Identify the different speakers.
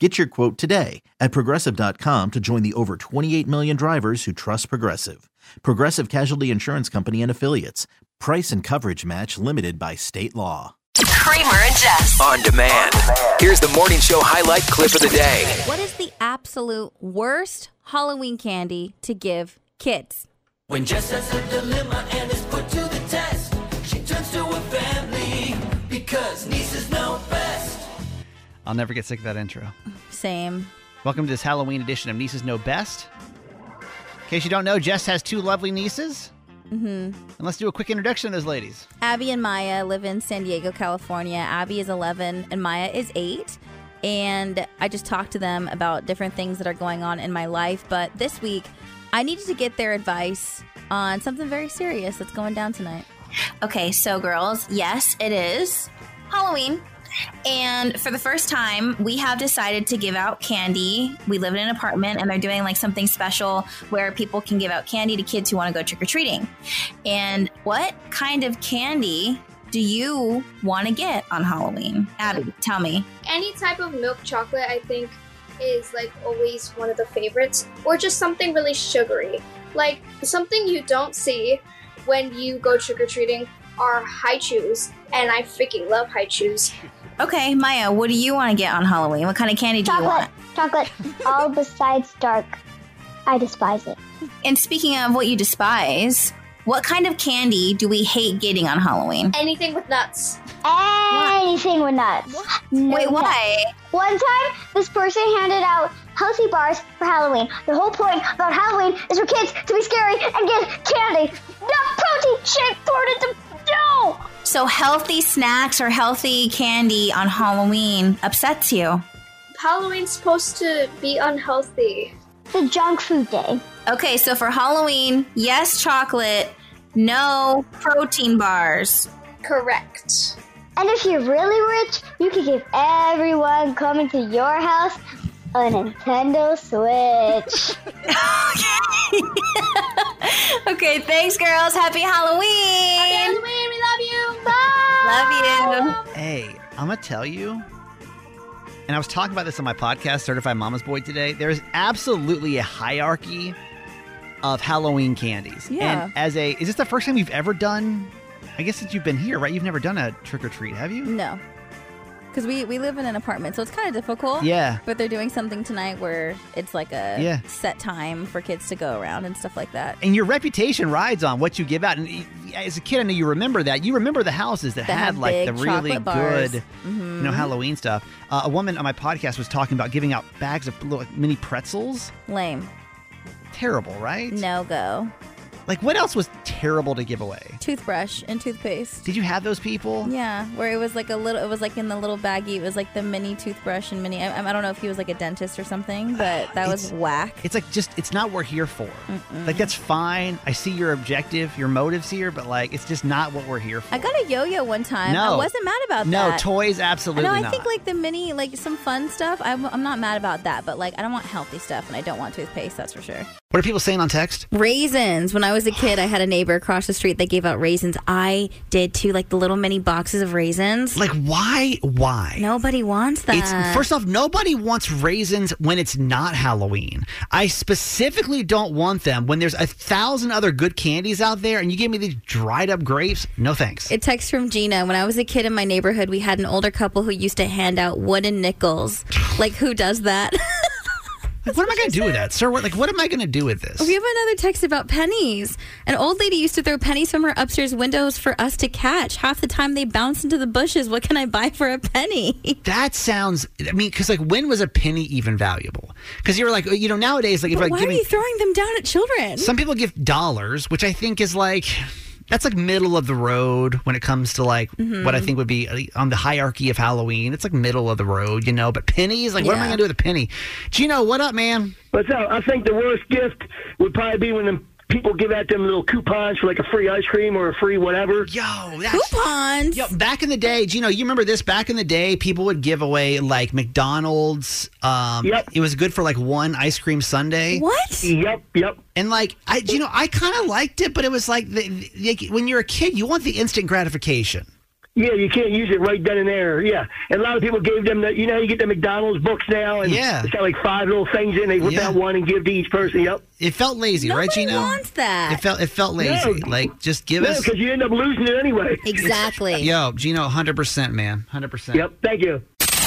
Speaker 1: Get your quote today at progressive.com to join the over 28 million drivers who trust Progressive. Progressive Casualty Insurance Company and Affiliates. Price and coverage match limited by state law.
Speaker 2: Kramer and Jess.
Speaker 3: On demand. Here's the morning show highlight clip of the day.
Speaker 4: What is the absolute worst Halloween candy to give kids?
Speaker 5: When Jess has a dilemma and is put to the test, she turns to her family because nieces know best.
Speaker 6: I'll never get sick of that intro.
Speaker 4: Same.
Speaker 6: Welcome to this Halloween edition of Nieces Know Best. In case you don't know, Jess has two lovely nieces. Mm-hmm. And let's do a quick introduction to those ladies.
Speaker 4: Abby and Maya live in San Diego, California. Abby is 11 and Maya is 8. And I just talked to them about different things that are going on in my life. But this week, I needed to get their advice on something very serious that's going down tonight.
Speaker 7: Okay, so girls, yes, it is Halloween. And for the first time, we have decided to give out candy. We live in an apartment and they're doing like something special where people can give out candy to kids who want to go trick or treating. And what kind of candy do you want to get on Halloween? Abby, tell me.
Speaker 8: any type of milk chocolate I think is like always one of the favorites or just something really sugary. Like something you don't see when you go trick or treating are high chews and I freaking love high chews.
Speaker 7: Okay, Maya, what do you want to get on Halloween? What kind of candy do you want?
Speaker 9: Chocolate, chocolate, all besides dark. I despise it.
Speaker 7: And speaking of what you despise, what kind of candy do we hate getting on Halloween?
Speaker 8: Anything with nuts.
Speaker 9: Anything with nuts. No
Speaker 7: Wait,
Speaker 9: nuts.
Speaker 7: why?
Speaker 9: One time, this person handed out healthy bars for Halloween. The whole point about Halloween is for kids to be scary and get candy, not protein shake poured into dough.
Speaker 7: So healthy snacks or healthy candy on Halloween upsets you.
Speaker 8: Halloween's supposed to be unhealthy.
Speaker 9: The junk food day.
Speaker 7: Okay, so for Halloween, yes, chocolate, no protein bars.
Speaker 8: Correct.
Speaker 9: And if you're really rich, you can give everyone coming to your house a Nintendo Switch.
Speaker 7: okay, thanks, girls. Happy Halloween.
Speaker 8: Halloween, we love you.
Speaker 7: Love you.
Speaker 6: Hey, I'm going to tell you, and I was talking about this on my podcast, Certified Mama's Boy, today. There is absolutely a hierarchy of Halloween candies.
Speaker 4: Yeah.
Speaker 6: And as a, is this the first time you've ever done? I guess since you've been here, right? You've never done a trick or treat, have you?
Speaker 4: No. Because we, we live in an apartment, so it's kind of difficult.
Speaker 6: Yeah.
Speaker 4: But they're doing something tonight where it's like a
Speaker 6: Yeah.
Speaker 4: set time for kids to go around and stuff like that.
Speaker 6: And your reputation rides on what you give out. And y- as a kid, I know you remember that. You remember the houses that,
Speaker 4: That
Speaker 6: had
Speaker 4: have
Speaker 6: like
Speaker 4: big
Speaker 6: the really
Speaker 4: chocolate bars. Mm-hmm.
Speaker 6: good, you know, Halloween stuff. Uh, a woman on my podcast was talking about giving out bags of little mini pretzels.
Speaker 4: Lame.
Speaker 6: Terrible, right?
Speaker 4: No go.
Speaker 6: Like, what else was terrible to give away?
Speaker 4: Toothbrush and toothpaste.
Speaker 6: Did you have those people?
Speaker 4: Yeah, where it was like a little, it was like in the little baggie. It was like the mini toothbrush and mini. I, I don't know if he was like a dentist or something, but that was
Speaker 6: It's-
Speaker 4: whack.
Speaker 6: It's like just, it's not what we're here for. Like, that's fine. I see your objective, your motives here, but like, it's just not what we're here for.
Speaker 4: I got a yo-yo one time.
Speaker 6: No.
Speaker 4: I wasn't mad about
Speaker 6: no,
Speaker 4: that.
Speaker 6: toys,
Speaker 4: I
Speaker 6: absolutely
Speaker 4: know. I
Speaker 6: not.
Speaker 4: think like the mini, like some fun stuff. I'm, I'm not mad about that, but like I don't want healthy stuff, and I don't want toothpaste. That's for sure.
Speaker 6: what are people saying on text?
Speaker 4: Raisins. When I was a kid, I had a neighbor across the street that gave out raisins. I did too, like the little mini boxes of raisins.
Speaker 6: Like, why? Why?
Speaker 4: Nobody wants that.
Speaker 6: It's first off, nobody wants raisins when it's not Halloween. I specifically don't want them when there's a thousand other good candies out there, and you give me these dried up grapes. No thanks.
Speaker 4: A text from Gina. When I was a kid in my neighborhood, we had an older couple who used to hand out wooden nickels. Like, who does that?
Speaker 6: Like, what am I going to do with that, sir? What, like, what am I going to do with this?
Speaker 4: We have another text about pennies. An old lady used to throw pennies from her upstairs windows for us to catch. Half the time they bounce into the bushes. What can I buy for a penny?
Speaker 6: That sounds. I mean, because like, when was a penny even valuable? Because you were like, you know, nowadays, like, if
Speaker 4: But
Speaker 6: like
Speaker 4: why
Speaker 6: giving
Speaker 4: are you throwing them down at children?
Speaker 6: some people give dollars, which I think is like. That's like middle of the road when it comes to like what I
Speaker 4: Mm-hmm.
Speaker 6: think would be uh, on the hierarchy of Halloween. It's like middle of the road, you know. But pennies, like, what am I
Speaker 4: Yeah.
Speaker 6: going to do with a penny? Gino, what up, man?
Speaker 2: What's up? I think the worst gift would probably be when them people give out them little coupons for like a free ice cream or a free whatever.
Speaker 6: Yo, that's
Speaker 4: Coupons.
Speaker 6: Yo, back in the day, Gino, you remember this? Back in the day, people would give away like McDonald's. Um,
Speaker 2: Yep.
Speaker 6: It was good for like one ice cream sundae.
Speaker 4: What?
Speaker 2: Yep, yep.
Speaker 6: And like, I, you know, I kind of liked it, but it was like, the, the, like when you're a kid, you want the instant gratification.
Speaker 2: Yeah, you can't use it right then and there. Yeah, and a lot of people gave them the. You know, how you get the McDonald's books now, and
Speaker 6: Yeah.
Speaker 2: it's got like five little things in. They whip
Speaker 6: Yeah.
Speaker 2: out one and give to each person. Yep.
Speaker 6: It felt lazy,
Speaker 4: Nobody
Speaker 6: right, Gino?
Speaker 4: wants that.
Speaker 6: It felt it felt lazy.
Speaker 2: No.
Speaker 6: Like, just give
Speaker 2: No,
Speaker 6: us.
Speaker 2: because you end up losing it anyway.
Speaker 4: Exactly.
Speaker 6: Yo, Gino, hundred percent, man, hundred percent.
Speaker 2: Yep. Thank you.